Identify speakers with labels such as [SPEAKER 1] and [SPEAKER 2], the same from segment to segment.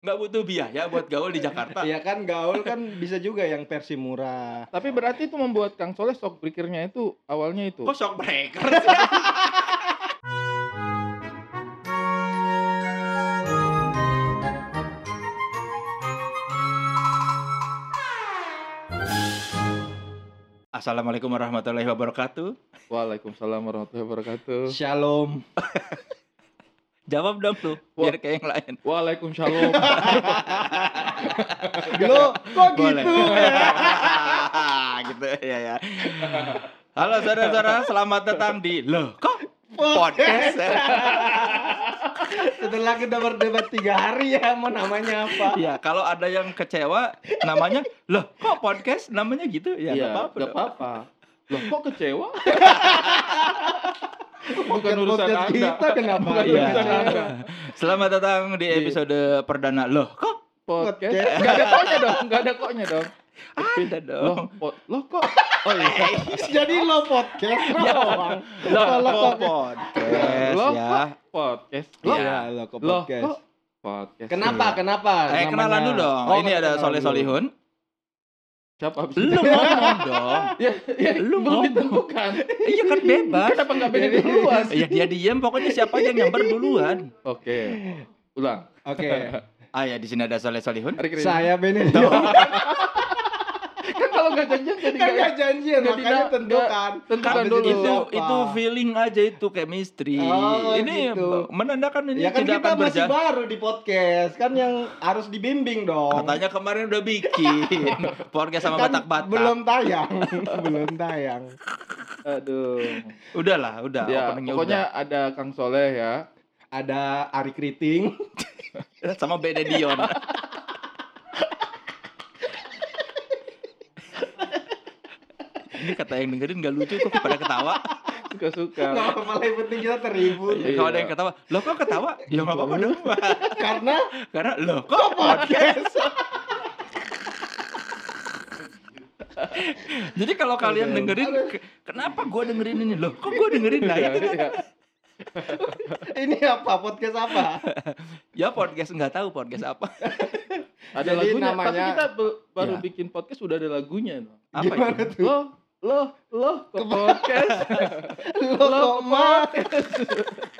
[SPEAKER 1] nggak butuh biaya buat gaul di Jakarta.
[SPEAKER 2] Iya kan gaul kan bisa juga yang versi murah.
[SPEAKER 3] Tapi berarti itu membuat Kang Soleh shock breakernya itu awalnya itu.
[SPEAKER 1] Kok shock breaker sih? Assalamualaikum warahmatullahi wabarakatuh.
[SPEAKER 3] Waalaikumsalam warahmatullahi wabarakatuh.
[SPEAKER 2] Shalom.
[SPEAKER 1] Jawab dong lu, biar kayak yang lain.
[SPEAKER 3] Waalaikumsalam.
[SPEAKER 2] Lo kok
[SPEAKER 1] Boleh.
[SPEAKER 2] gitu?
[SPEAKER 1] gitu ya ya. Halo saudara-saudara, selamat datang di Loh Kok Podcast.
[SPEAKER 2] Setelah kita berdebat tiga hari ya mau namanya apa?
[SPEAKER 1] Iya, kalau ada yang kecewa namanya loh kok podcast namanya gitu
[SPEAKER 2] Iya,
[SPEAKER 1] ya nggak apa-apa.
[SPEAKER 3] Iya, nggak
[SPEAKER 1] dong.
[SPEAKER 3] apa-apa. Loh, kok kecewa? Bukan
[SPEAKER 2] Podcast-
[SPEAKER 3] urusan
[SPEAKER 2] podcast
[SPEAKER 3] Anda.
[SPEAKER 2] Kita kenapa?
[SPEAKER 3] Bukan
[SPEAKER 1] Iya.
[SPEAKER 3] urusan Anda.
[SPEAKER 1] Selamat datang di episode perdana loh kok
[SPEAKER 3] Podcast.
[SPEAKER 2] Podcast.
[SPEAKER 3] Enggak ada koknya dong, enggak ada koknya dong.
[SPEAKER 1] ada
[SPEAKER 3] Loh,
[SPEAKER 1] dong.
[SPEAKER 3] po- loh kok? Oh iya.
[SPEAKER 2] Jadi lo podcast doang.
[SPEAKER 1] Loh
[SPEAKER 2] Kalau
[SPEAKER 1] kok
[SPEAKER 2] kok-
[SPEAKER 1] podcast
[SPEAKER 3] Loh,
[SPEAKER 1] ya.
[SPEAKER 3] kok podcast. Loh,
[SPEAKER 1] Iya.
[SPEAKER 2] Iya, lo kok Iya.
[SPEAKER 3] loh,
[SPEAKER 2] podcast.
[SPEAKER 3] kok podcast. Iya.
[SPEAKER 2] Kenapa? Kenapa?
[SPEAKER 1] Eh kenalan
[SPEAKER 2] namanya?
[SPEAKER 1] dulu dong.
[SPEAKER 2] Oh,
[SPEAKER 1] Ini ada
[SPEAKER 2] kenalan
[SPEAKER 1] Soleh
[SPEAKER 2] dulu.
[SPEAKER 1] Solihun.
[SPEAKER 3] Siapa habis
[SPEAKER 1] Lu ngomong dong.
[SPEAKER 2] Iya.
[SPEAKER 3] Ya, ya,
[SPEAKER 1] Lu
[SPEAKER 3] belum
[SPEAKER 1] ngomong.
[SPEAKER 3] ditentukan.
[SPEAKER 1] Iya kan bebas.
[SPEAKER 3] Kenapa enggak pengen duluan?
[SPEAKER 1] Iya dia diem pokoknya siapa aja yang nyamber duluan.
[SPEAKER 3] Oke. Ulang.
[SPEAKER 2] Oke.
[SPEAKER 1] Ah ya di sini ada Soleh Solihun.
[SPEAKER 3] Tarik ring.
[SPEAKER 2] Saya Benedict.
[SPEAKER 3] kan kalau nggak janjian
[SPEAKER 2] kan
[SPEAKER 3] jadi nggak
[SPEAKER 2] gak janjian
[SPEAKER 3] nggak
[SPEAKER 2] makanya
[SPEAKER 3] dina-
[SPEAKER 2] tentukan. Iya,
[SPEAKER 3] tentukan
[SPEAKER 2] Habis
[SPEAKER 3] dulu.
[SPEAKER 1] Kan itu
[SPEAKER 2] apa?
[SPEAKER 1] itu feeling aja itu chemistry.
[SPEAKER 2] Oh,
[SPEAKER 1] ini
[SPEAKER 2] gitu.
[SPEAKER 1] menandakan ini
[SPEAKER 2] Ya kan
[SPEAKER 1] tidak
[SPEAKER 2] kita
[SPEAKER 1] akan
[SPEAKER 2] masih
[SPEAKER 1] berjalan.
[SPEAKER 2] baru di podcast, kan yang harus dibimbing dong.
[SPEAKER 1] Katanya kemarin udah bikin podcast sama
[SPEAKER 2] Kan
[SPEAKER 1] Batak-Batak.
[SPEAKER 2] Belum tayang, belum tayang.
[SPEAKER 3] aduh
[SPEAKER 1] Udahlah, udah
[SPEAKER 3] ya
[SPEAKER 1] openingnya
[SPEAKER 3] pokoknya ada Kang Soleh ya
[SPEAKER 2] Ada Ari Kriting,
[SPEAKER 1] udah. sama Beda Dion. Ini kata yang dengerin gak lucu kok pada ketawa.
[SPEAKER 3] suka
[SPEAKER 1] Iya.
[SPEAKER 3] suka
[SPEAKER 2] nggak apa-apa yang penting kita terhibur.
[SPEAKER 3] Iya.
[SPEAKER 1] Kalau ada yang ketawa, lo kok ketawa? Ya nggak apa-apa dong.
[SPEAKER 2] Karena
[SPEAKER 1] Karena lo kok podcast. Jadi kalau kalian dengerin, ke- kenapa gue dengerin ini? Loh, kok gue dengerin? Nah,
[SPEAKER 3] Iya,
[SPEAKER 1] itu kan.
[SPEAKER 2] ini apa podcast apa?
[SPEAKER 1] Ya podcast nggak tahu podcast apa.
[SPEAKER 3] ada
[SPEAKER 2] Jadi
[SPEAKER 3] lagunya tapi
[SPEAKER 2] namanya-
[SPEAKER 3] kita be- baru
[SPEAKER 1] Ya.
[SPEAKER 3] bikin podcast sudah ada lagunya no.
[SPEAKER 1] Apa
[SPEAKER 2] Gimana
[SPEAKER 1] itu? Oh,
[SPEAKER 2] tuh?
[SPEAKER 3] loh loh loh ke podcast
[SPEAKER 2] Lo kok mat?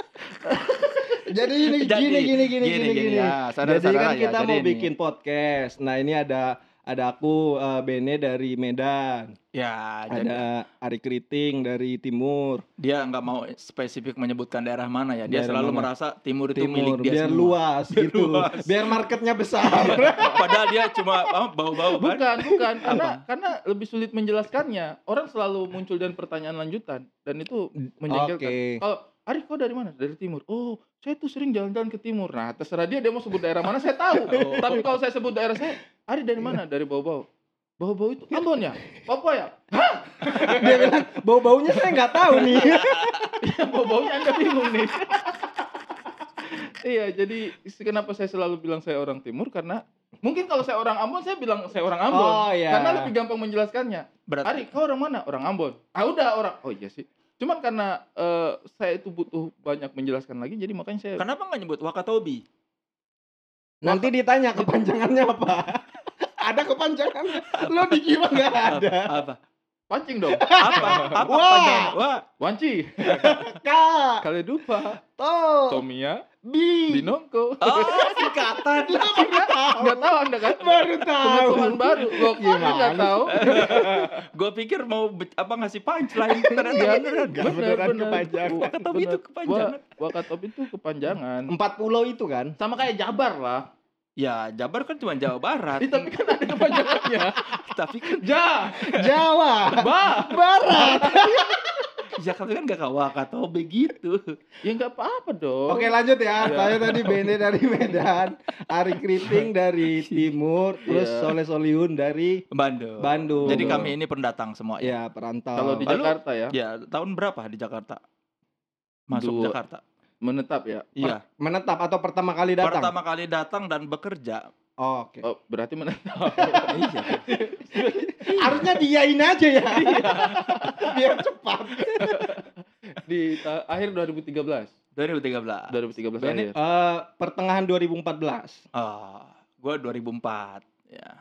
[SPEAKER 2] Jadi ini
[SPEAKER 1] Jadi,
[SPEAKER 2] gini gini gini gini gini.
[SPEAKER 1] ya,
[SPEAKER 2] Jadi
[SPEAKER 1] saudara-saudara
[SPEAKER 2] kan
[SPEAKER 1] ya,
[SPEAKER 2] kita
[SPEAKER 1] jadi
[SPEAKER 2] mau
[SPEAKER 1] ini.
[SPEAKER 2] bikin podcast. Nah ini ada ada aku eh, Bene dari Medan,
[SPEAKER 1] ya jadi
[SPEAKER 2] ada Ari Kriting dari Timur,
[SPEAKER 1] dia nggak mau spesifik menyebutkan daerah mana ya dia
[SPEAKER 2] Daerah
[SPEAKER 1] selalu
[SPEAKER 2] mana?
[SPEAKER 1] merasa timur itu milik
[SPEAKER 2] Timur.
[SPEAKER 1] dia
[SPEAKER 2] Biar
[SPEAKER 1] semua.
[SPEAKER 2] luas
[SPEAKER 1] Biar
[SPEAKER 2] gitu,
[SPEAKER 1] luas.
[SPEAKER 2] biar marketnya besar.
[SPEAKER 1] padahal dia cuma apa, bau-bau kan
[SPEAKER 3] bukan bukan karena karena lebih sulit menjelaskannya orang selalu muncul dan pertanyaan lanjutan dan itu menjengkelkan
[SPEAKER 2] Oke.
[SPEAKER 3] kalau Arif kau dari mana? Dari timur. Oh, saya tuh sering jalan-jalan ke timur. Nah, terserah dia dia mau sebut daerah mana saya tahu. Tapi kalau saya sebut daerah saya, Ari dari mana? Dari Bau-Bau. Bau-Bau itu Ambon ya? Papua ya?
[SPEAKER 2] Dia bilang bau baunya saya nggak tahu nih.
[SPEAKER 3] Bau-baunya Anda bingung nih. iya, jadi kenapa saya selalu bilang saya orang timur karena mungkin kalau saya orang Ambon saya bilang saya orang Ambon.
[SPEAKER 2] Oh, iya.
[SPEAKER 3] Karena lebih gampang menjelaskannya.
[SPEAKER 1] berarti
[SPEAKER 3] Ari, kau orang mana? Orang Ambon. Ah udah orang. Oh iya sih. Cuman karena eh, saya itu butuh banyak menjelaskan lagi jadi makanya saya
[SPEAKER 1] kenapa nggak nyebut Wakatobi
[SPEAKER 2] Nanti ditanya kepanjangannya apa? ada kepanjangannya. Lo dikira nggak ada.
[SPEAKER 1] apa
[SPEAKER 3] pancing dong.
[SPEAKER 1] apa apa
[SPEAKER 2] Wah.
[SPEAKER 1] panjang wah
[SPEAKER 3] Wanci,
[SPEAKER 2] Kak,
[SPEAKER 3] Kaledupa,
[SPEAKER 2] to,
[SPEAKER 3] Tomia,
[SPEAKER 2] bi,
[SPEAKER 3] Binongko.
[SPEAKER 1] oh singkatan
[SPEAKER 3] Enggak tahu Anda kan?
[SPEAKER 2] baru tahu.
[SPEAKER 3] Pengetahuan baru. Loh, kok Anda nggak
[SPEAKER 2] Gimana?
[SPEAKER 3] tahu?
[SPEAKER 1] gue pikir mau be- apa ngasih punchline ternyata
[SPEAKER 3] Iya.
[SPEAKER 1] beneran
[SPEAKER 2] Nggak beneran kepanjangan.
[SPEAKER 1] Wakatobi itu kepanjangan.
[SPEAKER 3] Wa- Wakatobi itu kepanjangan.
[SPEAKER 2] Empat pulau itu kan?
[SPEAKER 3] Sama kayak Jabar lah.
[SPEAKER 1] ya Jabar kan cuma Jawa Barat
[SPEAKER 3] Ih, tapi kan ada kepanjangannya. Ya.
[SPEAKER 1] tapi kan
[SPEAKER 3] ja,
[SPEAKER 2] Jawa,
[SPEAKER 3] ba.
[SPEAKER 2] Barat.
[SPEAKER 1] Jakarta kan gak kayak Wakatobi gitu
[SPEAKER 3] Ya nggak apa-apa dong.
[SPEAKER 2] Oke lanjut ya.
[SPEAKER 3] Iya.
[SPEAKER 2] Saya tadi Bene dari Medan, Ari Kriting dari Timur, terus
[SPEAKER 3] Iya.
[SPEAKER 2] Soleh Solihun dari
[SPEAKER 1] Bandung
[SPEAKER 2] Bandung.
[SPEAKER 1] jadi kami ini pendatang semua ya
[SPEAKER 2] ya perantau.
[SPEAKER 3] Kalau di
[SPEAKER 1] Lalu-
[SPEAKER 3] Jakarta ya,
[SPEAKER 1] Ya, tahun berapa di Jakarta? Masuk
[SPEAKER 3] Dua.
[SPEAKER 1] Jakarta.
[SPEAKER 3] menetap ya.
[SPEAKER 1] Iya.
[SPEAKER 2] menetap atau pertama kali datang?
[SPEAKER 1] Pertama kali datang dan bekerja.
[SPEAKER 2] Oh, Oke.
[SPEAKER 3] Oh, berarti menetap.
[SPEAKER 1] iya.
[SPEAKER 2] Harusnya diain aja ya. Biar cepat.
[SPEAKER 3] di ta- akhir 2013.
[SPEAKER 1] 2013. Bennett,
[SPEAKER 3] 2013 akhir.
[SPEAKER 2] Eh, pertengahan 2014.
[SPEAKER 1] Ah, gua 2004. Ya.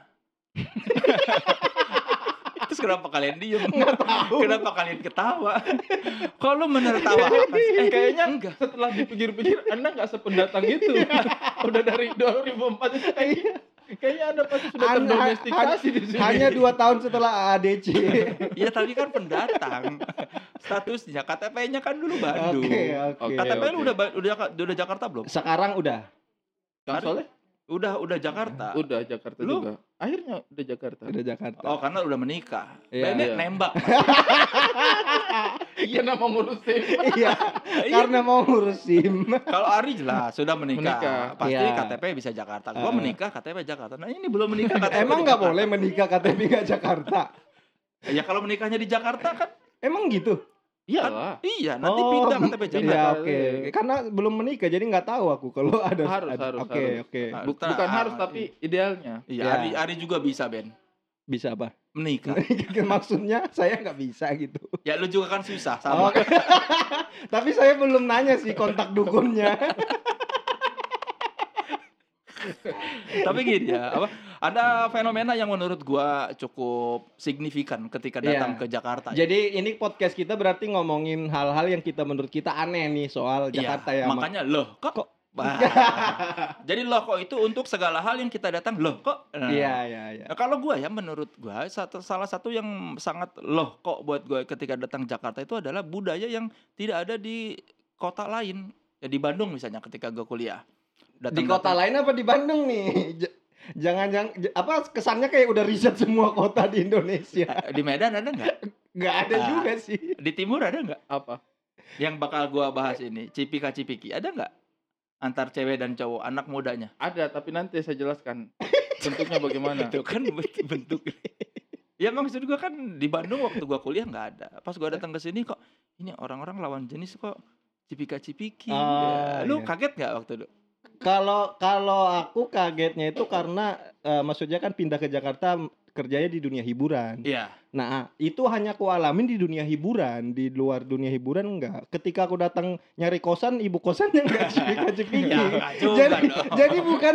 [SPEAKER 1] Terus kenapa kalian diem? Kenapa kalian ketawa? Kok lu menertawa sih? Eh,
[SPEAKER 3] Iya, kayaknya
[SPEAKER 1] enggak.
[SPEAKER 3] setelah dipikir-pikir Anda nggak sependatang itu. Udah dari 2004 kayaknya kayaknya Anda pasti sudah
[SPEAKER 2] Anda-
[SPEAKER 3] terdomestikasi di sini.
[SPEAKER 2] Hanya dua tahun setelah ADC.
[SPEAKER 1] Ya tapi kan pendatang. Statusnya KTP-nya kan dulu Bandung.
[SPEAKER 2] Oke, oke.
[SPEAKER 3] Kata-
[SPEAKER 1] KTP lu
[SPEAKER 3] oke.
[SPEAKER 1] udah, ba- udah udah Jakarta belum?
[SPEAKER 2] Sekarang udah.
[SPEAKER 3] Kang
[SPEAKER 1] Hari-
[SPEAKER 3] Soleh
[SPEAKER 1] Udah udah Jakarta.
[SPEAKER 3] udah Jakarta
[SPEAKER 1] Lu?
[SPEAKER 3] juga. Akhirnya udah Jakarta.
[SPEAKER 2] Udah Jakarta.
[SPEAKER 1] Oh karena udah menikah.
[SPEAKER 2] Iya.
[SPEAKER 1] Bennett
[SPEAKER 3] Iya.
[SPEAKER 1] nembak.
[SPEAKER 3] Iya nama ngurusin.
[SPEAKER 2] Iya, karena mau ngurus SIM.
[SPEAKER 1] Kalau Ari jelas sudah menikah,
[SPEAKER 3] Menikah.
[SPEAKER 1] pasti
[SPEAKER 2] Iya.
[SPEAKER 1] KTP bisa Jakarta. Gua
[SPEAKER 2] Eh.
[SPEAKER 1] menikah KTP Jakarta. Nah ini belum menikah KTP.
[SPEAKER 2] Emang
[SPEAKER 1] di
[SPEAKER 2] nggak
[SPEAKER 1] Jakarta.
[SPEAKER 2] boleh menikah KTP nggak Jakarta?
[SPEAKER 1] Ya kalau menikahnya di Jakarta kan
[SPEAKER 2] Emang gitu?
[SPEAKER 3] Iyalah.
[SPEAKER 1] iya nanti
[SPEAKER 2] Oh,
[SPEAKER 1] pindah KTP Jakarta.
[SPEAKER 2] Iya, oke. Karena belum menikah jadi nggak tahu aku kalau ada.
[SPEAKER 3] Harus,
[SPEAKER 2] ada-
[SPEAKER 3] harus,
[SPEAKER 2] Oke,
[SPEAKER 3] harus.
[SPEAKER 2] oke.
[SPEAKER 1] Nah,
[SPEAKER 3] Bu-
[SPEAKER 1] ntar-
[SPEAKER 3] bukan harus tapi idealnya.
[SPEAKER 1] Iya,
[SPEAKER 2] Ya.
[SPEAKER 1] Ari Ari juga bisa Ben
[SPEAKER 2] Bisa apa?
[SPEAKER 1] menikah.
[SPEAKER 2] Maksudnya saya nggak bisa gitu.
[SPEAKER 1] ya lu juga kan susah sama.
[SPEAKER 2] Oh, Tapi saya belum nanya sih kontak dukunnya.
[SPEAKER 1] Tapi gini ya, apa ada fenomena yang menurut gua cukup signifikan ketika datang
[SPEAKER 2] Iya.
[SPEAKER 1] ke Jakarta. ya.
[SPEAKER 2] Jadi ini podcast kita berarti ngomongin hal-hal yang kita menurut kita aneh nih soal
[SPEAKER 1] Iya,
[SPEAKER 2] Jakarta ya. Mak-
[SPEAKER 1] Makanya loh kok.
[SPEAKER 2] Kok-
[SPEAKER 1] Bah. Jadi loh kok itu untuk segala hal yang kita datang loh kok. Nah,
[SPEAKER 2] Iya, iya, iya.
[SPEAKER 1] Nah, kalau gua ya menurut gua satu, salah satu yang sangat loh kok buat gua ketika datang Jakarta itu adalah budaya yang tidak ada di kota lain. Ya di Bandung misalnya ketika gua kuliah.
[SPEAKER 2] Di kota lain apa di Bandung nih? J- Jangan yang j- apa kesannya kayak udah riset semua kota di Indonesia.
[SPEAKER 1] Eh, Di Medan ada nggak?
[SPEAKER 2] Nggak ada
[SPEAKER 1] Ah.
[SPEAKER 2] juga sih.
[SPEAKER 1] Di Timur ada nggak?
[SPEAKER 3] Apa?
[SPEAKER 1] Yang bakal gua bahas ini cipika cipiki ada nggak? Antar cewek dan cowok anak mudanya.
[SPEAKER 3] Ada tapi nanti saya jelaskan bentuknya bagaimana.
[SPEAKER 1] Itu kan bentuk bentuk. ya maksud gua kan di Bandung waktu gua kuliah nggak ada. Pas gua datang ke sini kok ini orang-orang lawan jenis kok cipika cipiki. Ya,
[SPEAKER 2] Ah,
[SPEAKER 1] lu
[SPEAKER 2] iya.
[SPEAKER 1] kaget nggak waktu itu?
[SPEAKER 2] Kalau kalau aku kagetnya itu karena eh, maksudnya kan pindah ke Jakarta m- kerjanya di dunia hiburan.
[SPEAKER 1] Iya.
[SPEAKER 2] Nah, itu hanya aku alamin di dunia hiburan, di luar dunia hiburan enggak. Ketika aku datang nyari kosan, ibu kosannya enggak cipika-cipiki.
[SPEAKER 1] Ya, enggak juga
[SPEAKER 2] Iya. jadi
[SPEAKER 1] dong.
[SPEAKER 2] jadi bukan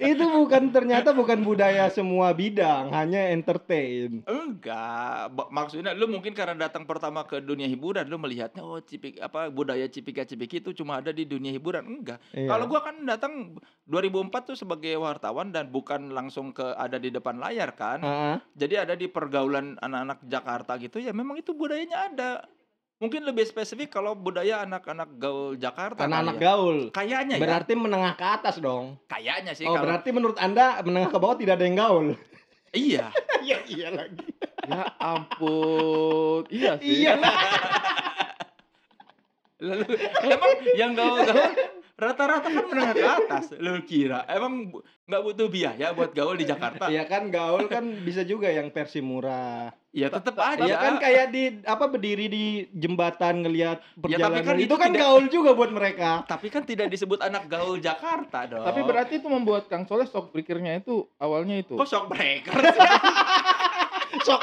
[SPEAKER 2] itu bukan ternyata bukan budaya semua bidang, hanya entertain.
[SPEAKER 1] Enggak, Ba- maksudnya lu mungkin karena datang pertama ke dunia hiburan lu melihatnya oh cipik apa budaya cipika-cipiki itu cuma ada di dunia hiburan. Enggak.
[SPEAKER 2] Iya.
[SPEAKER 1] Kalau gua kan datang 2004 tuh sebagai wartawan dan bukan langsung ke ada di depan layar kan.
[SPEAKER 2] Ah,
[SPEAKER 1] Jadi ada di pergaulan anak-anak Jakarta gitu ya memang itu budayanya ada. Mungkin lebih spesifik kalau budaya anak-anak gaul Jakarta. kali
[SPEAKER 2] anak-anak
[SPEAKER 1] ya.
[SPEAKER 2] gaul.
[SPEAKER 1] Kayaknya ya.
[SPEAKER 2] Berarti menengah ke atas dong.
[SPEAKER 1] Kayaknya sih
[SPEAKER 2] Oh,
[SPEAKER 1] kalau
[SPEAKER 2] berarti menurut Anda menengah ke bawah tidak ada yang gaul.
[SPEAKER 1] iya.
[SPEAKER 2] Iya, iya lagi.
[SPEAKER 3] Ya ampun. Iya sih.
[SPEAKER 2] Iya. lah.
[SPEAKER 1] Lalu emang yang gaul-gaul rata-rata kan menengah ke atas. Lu kira emang bu- nggak butuh biaya buat gaul di Jakarta?
[SPEAKER 2] Iya kan gaul kan bisa juga yang versi murah.
[SPEAKER 1] Ya tetap aja.
[SPEAKER 2] Iya kan kayak di apa berdiri di jembatan ngelihat
[SPEAKER 1] Ya,
[SPEAKER 2] perjalanan
[SPEAKER 1] tapi kan
[SPEAKER 2] itu,
[SPEAKER 1] itu
[SPEAKER 2] kan
[SPEAKER 1] tidak-
[SPEAKER 2] gaul juga buat mereka.
[SPEAKER 1] Tapi kan tidak disebut anak gaul Jakarta dong.
[SPEAKER 3] Tapi berarti itu membuat Kang Soleh shock breakernya itu awalnya itu.
[SPEAKER 1] kok shock breaker sih?
[SPEAKER 2] Shock culture. Shock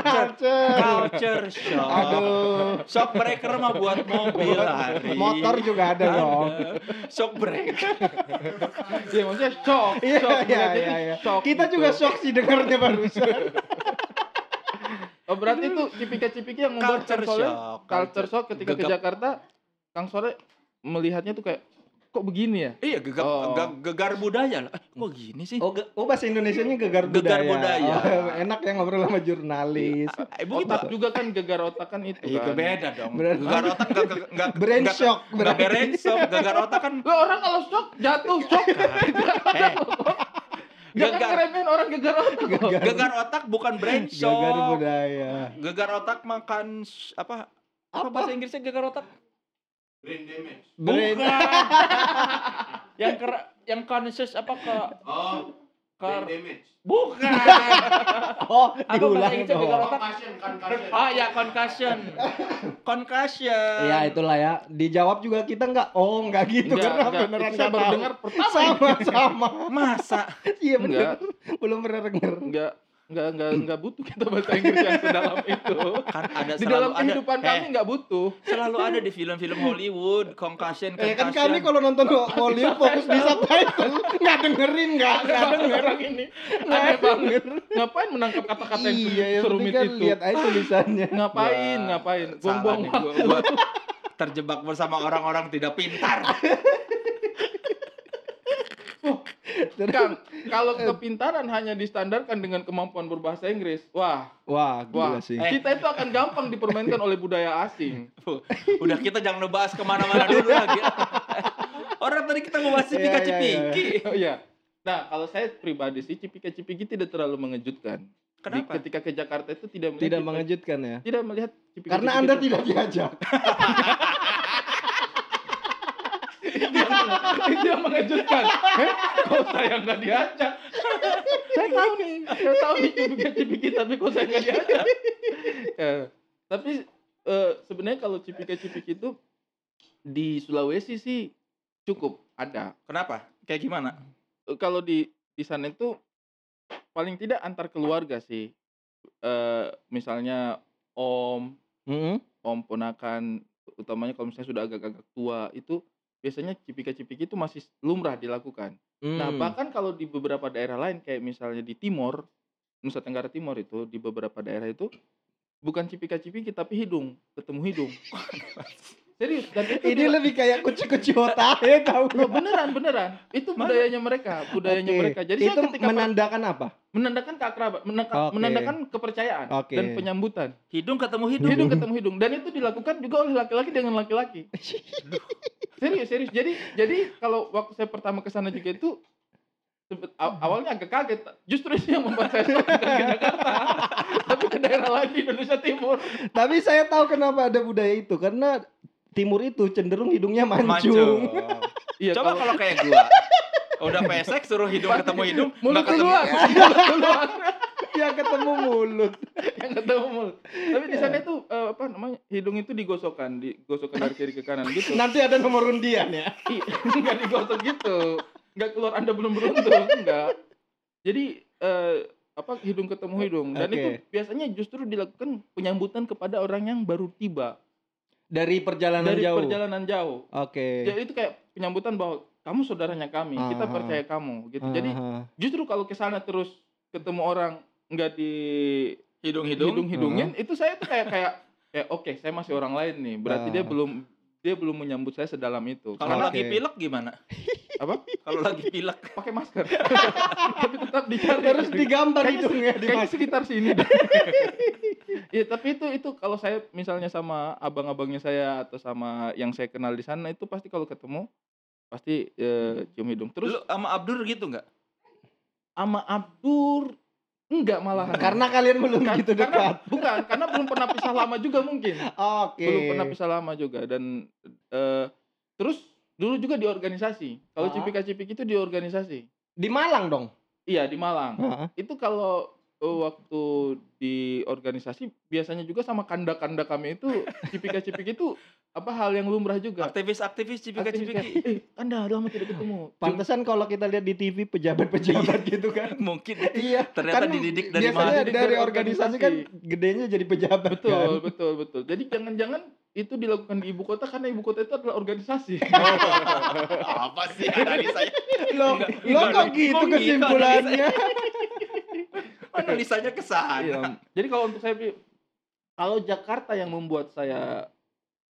[SPEAKER 1] culture,
[SPEAKER 2] culture.
[SPEAKER 1] culture shock.
[SPEAKER 2] Aduh.
[SPEAKER 1] Shock breaker mah buat mobil hari.
[SPEAKER 2] Motor juga
[SPEAKER 1] Iya.
[SPEAKER 2] ada dong.
[SPEAKER 1] Shock breaker.
[SPEAKER 3] Iya maksudnya shock,
[SPEAKER 2] Iya,
[SPEAKER 3] shock
[SPEAKER 2] iya,
[SPEAKER 3] berarti
[SPEAKER 2] iya, iya.
[SPEAKER 3] shock.
[SPEAKER 2] Kita
[SPEAKER 3] gitu.
[SPEAKER 2] juga shock sih dengarnya barusan.
[SPEAKER 3] Oh, berarti itu cipika-cipiki yang membuat
[SPEAKER 1] Culture
[SPEAKER 3] Kang Soleh
[SPEAKER 1] shock.
[SPEAKER 3] culture shock ketika ke
[SPEAKER 1] Gegap.
[SPEAKER 3] Jakarta Kang Soleh melihatnya tuh kayak kok begini ya?
[SPEAKER 1] Iya, gegap,
[SPEAKER 3] Oh.
[SPEAKER 1] ge- gegar budaya lah. Eh, kok gini sih?
[SPEAKER 2] Oh, ge- oh bahasa Indonesianya gegar budaya.
[SPEAKER 1] Gegar budaya.
[SPEAKER 2] Oh, enak ya ngobrol sama jurnalis.
[SPEAKER 1] Eh, begitu.
[SPEAKER 3] Otak juga kan gegar otak kan itu
[SPEAKER 1] Iya
[SPEAKER 3] kan.
[SPEAKER 1] beda dong.
[SPEAKER 2] Berarti-
[SPEAKER 1] Gegar otak enggak enggak
[SPEAKER 2] Brain shock,
[SPEAKER 1] Enggak
[SPEAKER 2] berarti.
[SPEAKER 1] brain shock, gegar otak kan
[SPEAKER 3] Lah orang kalau shock jatuh shock.
[SPEAKER 1] eh,
[SPEAKER 3] Jangan
[SPEAKER 1] Gegar.
[SPEAKER 3] ngeremehin orang gegar otak.
[SPEAKER 2] Gegar,
[SPEAKER 1] gegar otak bukan brain shock.
[SPEAKER 2] gegar budaya.
[SPEAKER 1] Gegar otak makan sh- apa? Apa bahasa Inggrisnya gegar otak?
[SPEAKER 2] Brain
[SPEAKER 1] Bukan. yang ker yang conscious apa ke
[SPEAKER 4] Oh,
[SPEAKER 1] ke
[SPEAKER 4] brain damage.
[SPEAKER 1] bukan.
[SPEAKER 2] oh,
[SPEAKER 1] Apa bahasa
[SPEAKER 2] diulang
[SPEAKER 1] Inggrisnya gegar
[SPEAKER 2] dong.
[SPEAKER 1] otak?
[SPEAKER 4] Concussion, concussion.
[SPEAKER 1] Oh ya concussion. Concussion.
[SPEAKER 2] Iya itulah ya. Dijawab juga kita nggak. Oh nggak gitu
[SPEAKER 3] Enggak,
[SPEAKER 2] karena
[SPEAKER 3] enggak.
[SPEAKER 2] beneran
[SPEAKER 3] Itu saya
[SPEAKER 2] nggak
[SPEAKER 3] baru
[SPEAKER 2] tahu.
[SPEAKER 3] dengar pertama.
[SPEAKER 2] sama sama.
[SPEAKER 1] Masa
[SPEAKER 2] Iya bener.
[SPEAKER 3] Enggak.
[SPEAKER 2] Belum pernah denger.
[SPEAKER 3] Enggak. nggak nggak nggak butuh kita bahasa Inggris yang sedalam itu.
[SPEAKER 1] kan ada
[SPEAKER 3] Di
[SPEAKER 1] selalu
[SPEAKER 3] dalam
[SPEAKER 1] ada-
[SPEAKER 3] kehidupan
[SPEAKER 1] eh,
[SPEAKER 3] kami nggak butuh.
[SPEAKER 1] selalu ada di film-film Hollywood concussion
[SPEAKER 2] Eh kan
[SPEAKER 1] concussion.
[SPEAKER 2] kami kalau nonton Hollywood fokus di subtitle nggak dengerin nggak nggak dengerin
[SPEAKER 3] Orang ini aneh banget. Ngapain menangkap kata-kata yang
[SPEAKER 2] iya yang penting
[SPEAKER 3] serumit
[SPEAKER 2] kan
[SPEAKER 3] itu?
[SPEAKER 2] lihat aja tulisannya
[SPEAKER 3] Ngapain?
[SPEAKER 1] Wah,
[SPEAKER 3] Ngapain?
[SPEAKER 1] salah
[SPEAKER 3] Buang-buang
[SPEAKER 1] nih gua- gua terjebak bersama orang-orang tidak pintar
[SPEAKER 3] Kang, kalau kepintaran hanya distandarkan dengan kemampuan berbahasa Inggris, wah,
[SPEAKER 2] wah
[SPEAKER 3] wah,
[SPEAKER 2] gila sih
[SPEAKER 1] Eh.
[SPEAKER 3] kita itu akan gampang dipermainkan oleh budaya asing.
[SPEAKER 1] udah kita jangan ngebahas kemana-mana dulu lagi orang tadi kita mau bahas
[SPEAKER 2] Iya,
[SPEAKER 1] cipika
[SPEAKER 2] iya, iya.
[SPEAKER 1] cipiki
[SPEAKER 3] Oh iya. Nah, kalau saya pribadi sih cipika-cipiki tidak terlalu mengejutkan. Di-
[SPEAKER 1] kenapa
[SPEAKER 3] ketika ke Jakarta itu tidak melihat
[SPEAKER 2] tidak
[SPEAKER 3] cipika-
[SPEAKER 2] mengejutkan ya
[SPEAKER 3] tidak melihat cipika
[SPEAKER 2] karena anda tidak diajak
[SPEAKER 3] itu yang mengejutkan. Eh, kok saya nggak diajak? saya tahu nih, saya tahu nih cipika-cipiki tapi kok saya nggak diajak. Eh, tapi eh, sebenarnya kalau cipika-cipiki itu di Sulawesi sih cukup ada.
[SPEAKER 1] kenapa kayak gimana
[SPEAKER 3] Eh, kalau di di sana itu paling tidak antar keluarga sih. Eh, misalnya om,
[SPEAKER 2] Mm-mm.
[SPEAKER 3] om ponakan utamanya kalau misalnya sudah agak-agak tua itu biasanya cipika-cipiki itu masih lumrah dilakukan. Nah,
[SPEAKER 2] Mm.
[SPEAKER 3] bahkan kalau di beberapa daerah lain kayak misalnya di Timor, Nusa Tenggara Timur itu di beberapa daerah itu bukan cipika-cipiki tapi hidung, ketemu hidung. Serius, dan itu
[SPEAKER 2] ini
[SPEAKER 3] dia-
[SPEAKER 2] lebih kayak kucu-kucu otak ya tahu
[SPEAKER 3] Loh, beneran beneran. Itu
[SPEAKER 1] Mana?
[SPEAKER 3] budayanya mereka, budayanya
[SPEAKER 2] Oke.
[SPEAKER 3] mereka. Jadi
[SPEAKER 2] itu
[SPEAKER 3] saya ketika
[SPEAKER 2] menandakan apa
[SPEAKER 3] menandakan keakraban, meneka-
[SPEAKER 2] Oke.
[SPEAKER 3] menandakan kepercayaan
[SPEAKER 2] Oke.
[SPEAKER 3] dan penyambutan.
[SPEAKER 1] hidung ketemu hidung
[SPEAKER 3] Hidung ketemu hidung dan itu dilakukan juga oleh laki-laki dengan laki-laki. serius, serius. Jadi jadi kalau waktu saya pertama ke sana juga itu sempet-
[SPEAKER 1] Hmm.
[SPEAKER 3] aw- awalnya agak kaget. Justru itu yang membuat saya stop bukan ke Jakarta, tapi ke daerah lain di Indonesia Timur.
[SPEAKER 2] tapi saya tahu kenapa ada budaya itu karena timur itu cenderung hidungnya mancung,
[SPEAKER 1] Oh.
[SPEAKER 3] Iya,
[SPEAKER 1] coba
[SPEAKER 3] kalau-
[SPEAKER 1] kalau kayak gua udah pesek suruh hidung ketemu hidung
[SPEAKER 3] mulut
[SPEAKER 1] nggak ketemu
[SPEAKER 3] keluar, mulut keluar.
[SPEAKER 2] ya ketemu mulut
[SPEAKER 3] yang ketemu mulut. Tapi di
[SPEAKER 1] Iya.
[SPEAKER 3] sana itu eh, apa namanya? Hidung itu digosokkan, digosokkan dari kiri ke kanan
[SPEAKER 1] Nah,
[SPEAKER 3] gitu.
[SPEAKER 2] nanti ada nomor undian ya
[SPEAKER 3] Ih, nggak digosok gitu nggak keluar anda belum beruntung nggak jadi eh, apa hidung ketemu hidung dan
[SPEAKER 2] Oke.
[SPEAKER 3] itu biasanya justru dilakukan penyambutan kepada orang yang baru tiba
[SPEAKER 2] dari perjalanan
[SPEAKER 3] dari
[SPEAKER 2] jauh
[SPEAKER 3] perjalanan jauh
[SPEAKER 2] oke
[SPEAKER 3] jadi itu kayak penyambutan bahwa kamu saudaranya kami kita
[SPEAKER 2] Ah.
[SPEAKER 3] percaya kamu gitu jadi
[SPEAKER 2] Aha.
[SPEAKER 3] justru kalau ke sana terus ketemu orang nggak di
[SPEAKER 1] hidung hidung
[SPEAKER 3] hidung hidungin
[SPEAKER 2] Ah.
[SPEAKER 3] itu saya tuh kayak kayak kayak oke saya masih orang lain nih berarti dia
[SPEAKER 2] Ah.
[SPEAKER 3] belum dia belum menyambut saya sedalam itu
[SPEAKER 1] kalau
[SPEAKER 2] Oke.
[SPEAKER 1] lagi pilek gimana
[SPEAKER 3] Apa?
[SPEAKER 1] kalau lagi pilek
[SPEAKER 3] pakai masker tapi tetap dicari
[SPEAKER 2] terus digambar
[SPEAKER 3] Kayaknya-
[SPEAKER 2] hidungnya di
[SPEAKER 3] kayaknya
[SPEAKER 2] masker
[SPEAKER 3] sekitar sini deh. Iya, tapi itu itu kalau saya misalnya sama abang-abangnya saya atau sama yang saya kenal di sana itu pasti kalau ketemu pasti eh, cium hidung.
[SPEAKER 1] terus
[SPEAKER 3] Terus
[SPEAKER 1] sama Abdur gitu nggak
[SPEAKER 3] sama Abdur enggak malahan.
[SPEAKER 2] karena kalian belum
[SPEAKER 3] Kar-
[SPEAKER 2] gitu
[SPEAKER 3] karena-
[SPEAKER 2] dekat
[SPEAKER 3] bukan, karena belum pernah pisah lama juga mungkin.
[SPEAKER 2] oke
[SPEAKER 3] Belum pernah pisah lama juga dan eh, terus dulu juga di organisasi. Kalau
[SPEAKER 2] Ah.
[SPEAKER 3] cipika-cipik itu di organisasi.
[SPEAKER 2] di Malang dong
[SPEAKER 3] Iya, di Malang.
[SPEAKER 2] Heeh.
[SPEAKER 3] itu kalau eh, waktu di organisasi biasanya juga sama kanda-kanda kami itu cipika-cipik itu apa hal yang lumrah juga.
[SPEAKER 1] aktivis-aktivis
[SPEAKER 2] ya.
[SPEAKER 1] cipika-cipiki
[SPEAKER 3] Eh, kanda udah lama tidak ketemu.
[SPEAKER 2] pantesan kalau kita lihat di TV pejabat-pejabat gitu kan
[SPEAKER 1] mungkin
[SPEAKER 2] iya
[SPEAKER 1] ternyata
[SPEAKER 2] kan
[SPEAKER 1] dididik dari
[SPEAKER 2] biasanya
[SPEAKER 1] mana
[SPEAKER 3] Dididik
[SPEAKER 2] dari
[SPEAKER 3] dari
[SPEAKER 2] organisasi kan gedenya jadi pejabat kan?
[SPEAKER 3] Betul, betul, betul. Jadi jangan-jangan itu dilakukan di ibu kota karena ibu kota itu adalah organisasi.
[SPEAKER 1] apa sih analisa
[SPEAKER 2] lo
[SPEAKER 1] Enggak,
[SPEAKER 2] lo
[SPEAKER 1] enggak,
[SPEAKER 2] kok
[SPEAKER 1] kok
[SPEAKER 2] gitu
[SPEAKER 1] gitu
[SPEAKER 2] kesimpulannya Iya.
[SPEAKER 1] analisanya kesan
[SPEAKER 3] Iya. Jadi kalau untuk saya Pi, kalau Jakarta yang membuat saya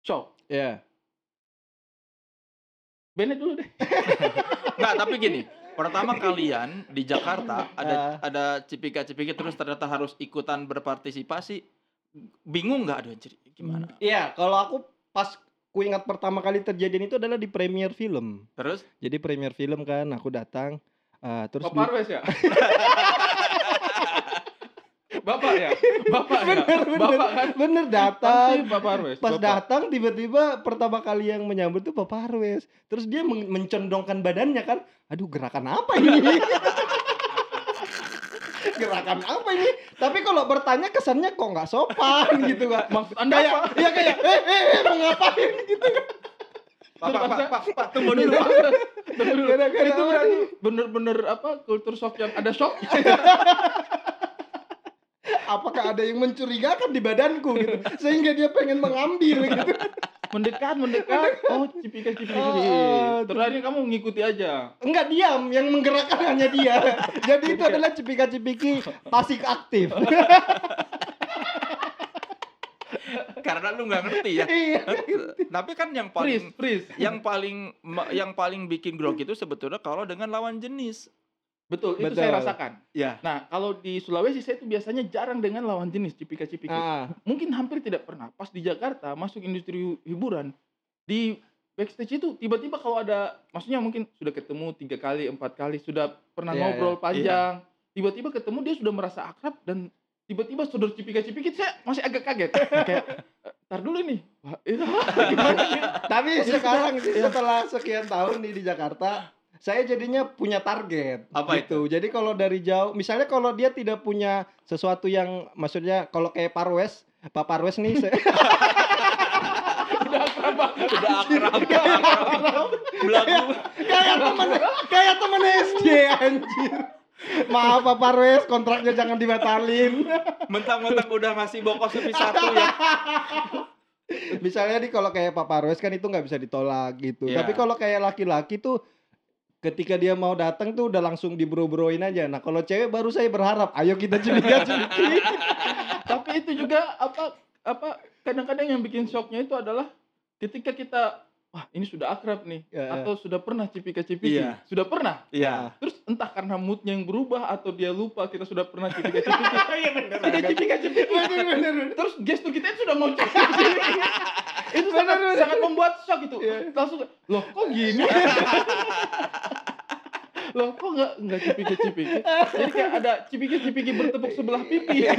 [SPEAKER 3] shock.
[SPEAKER 2] ya
[SPEAKER 3] Bennett dulu deh.
[SPEAKER 1] nggak tapi gini pertama kalian di Jakarta ada ada cipika-cipiki terus ternyata harus ikutan berpartisipasi bingung nggak aduh anjir gimana
[SPEAKER 2] iya kalau aku pas ku ingat pertama kali terjadian itu adalah di premier film
[SPEAKER 1] terus
[SPEAKER 2] jadi premier film kan aku datang eh, terus
[SPEAKER 3] Pak
[SPEAKER 2] di-
[SPEAKER 3] Parwes ya? Bapak ya? Bapak ya?
[SPEAKER 2] bener bener
[SPEAKER 3] Bapak kan?
[SPEAKER 2] bener
[SPEAKER 3] Pasti
[SPEAKER 2] datang
[SPEAKER 3] Pak Parwes.
[SPEAKER 2] pas
[SPEAKER 3] Bapak.
[SPEAKER 2] datang tiba-tiba pertama kali yang menyambut tuh Bapak Arwes terus dia men- mencondongkan badannya kan aduh gerakan apa ini gerakan apa ini tapi kalau bertanya kesannya kok nggak sopan gitu kan
[SPEAKER 3] Maksud Anda
[SPEAKER 2] kayak
[SPEAKER 3] apa?
[SPEAKER 2] ya kayak eh eh eh, mau ngapain gitu
[SPEAKER 1] pak pak pak pak, pak, tunggu
[SPEAKER 3] Bener,
[SPEAKER 1] dulu Pak.
[SPEAKER 3] bener, bener, bener.
[SPEAKER 2] Gara-gara
[SPEAKER 3] itu
[SPEAKER 2] apa
[SPEAKER 3] berarti bener-bener apa kultur shock yang ada shock
[SPEAKER 2] apakah ada yang mencurigakan di badanku gitu sehingga dia pengen mengambil gitu
[SPEAKER 3] mendekat mendekat oh cipika cipika
[SPEAKER 2] Oh,
[SPEAKER 3] cipika.
[SPEAKER 2] oh,
[SPEAKER 3] terakhir kamu ngikuti aja
[SPEAKER 2] enggak diam yang menggerakkan hanya dia jadi itu adalah cipika-cipiki pasif aktif
[SPEAKER 1] karena lu nggak ngerti ya
[SPEAKER 2] iya
[SPEAKER 1] tapi kan yang
[SPEAKER 3] freeze
[SPEAKER 1] paling
[SPEAKER 3] freeze
[SPEAKER 1] yang paling ma- yang paling bikin grogi itu sebetulnya kalau dengan lawan jenis
[SPEAKER 3] betul itu
[SPEAKER 2] Betul.
[SPEAKER 3] saya rasakan
[SPEAKER 1] ya
[SPEAKER 3] nah kalau di Sulawesi saya itu biasanya jarang dengan lawan jenis cipika cipika
[SPEAKER 2] Ah,
[SPEAKER 3] mungkin hampir tidak pernah pas di Jakarta masuk industri hu- hiburan di backstage itu tiba-tiba kalau ada maksudnya mungkin sudah ketemu tiga kali empat kali sudah pernah
[SPEAKER 2] Iya,
[SPEAKER 3] ngobrol panjang tiba-tiba ketemu dia sudah merasa akrab dan tiba-tiba sodor cipika-cipiki saya masih agak kaget kayak "Eh, tar dulu nih Wah, iya.
[SPEAKER 2] tapi sekarang sih setelah sekian tahun nih di Jakarta saya jadinya punya target
[SPEAKER 1] Apa
[SPEAKER 2] gitu. Jadi kalau dari jauh, misalnya kalau dia tidak punya sesuatu yang maksudnya kalau kayak Parwes, Pak Parwes nih saya-
[SPEAKER 1] udah akrab akrab. belagu
[SPEAKER 2] kayak temen kayak temen SD anjir maaf Pak Parwes kontraknya jangan dibatalin
[SPEAKER 1] mentang-mentang udah ngasih bokos lebih satu ya
[SPEAKER 2] misalnya nih kalau kayak Pak Parwes kan itu nggak bisa ditolak gitu
[SPEAKER 1] Iya.
[SPEAKER 2] tapi kalau kayak laki-laki tuh ketika dia mau datang tuh udah langsung dibro-broin aja nah kalau cewek baru saya berharap ayo kita cemika cemiki
[SPEAKER 3] tapi itu juga apa apa kadang-kadang yang bikin shocknya itu adalah ketika kita wah ini sudah akrab nih
[SPEAKER 2] Ya, ya.
[SPEAKER 3] atau sudah pernah cipika-cipiki
[SPEAKER 1] Iya.
[SPEAKER 3] sudah pernah
[SPEAKER 1] Iya.
[SPEAKER 3] terus entah karena moodnya yang berubah atau dia lupa kita sudah pernah cipika-cipiki
[SPEAKER 4] Iya bener.
[SPEAKER 3] sudah cipika-cipiki terus gestur kita itu sudah mau cipika-cipiki itu sangat, sangat membuat shock itu langsung loh kok gini loh kok nggak nggak cipika-cipiki jadi kayak ada cipika-cipiki bertepuk sebelah pipi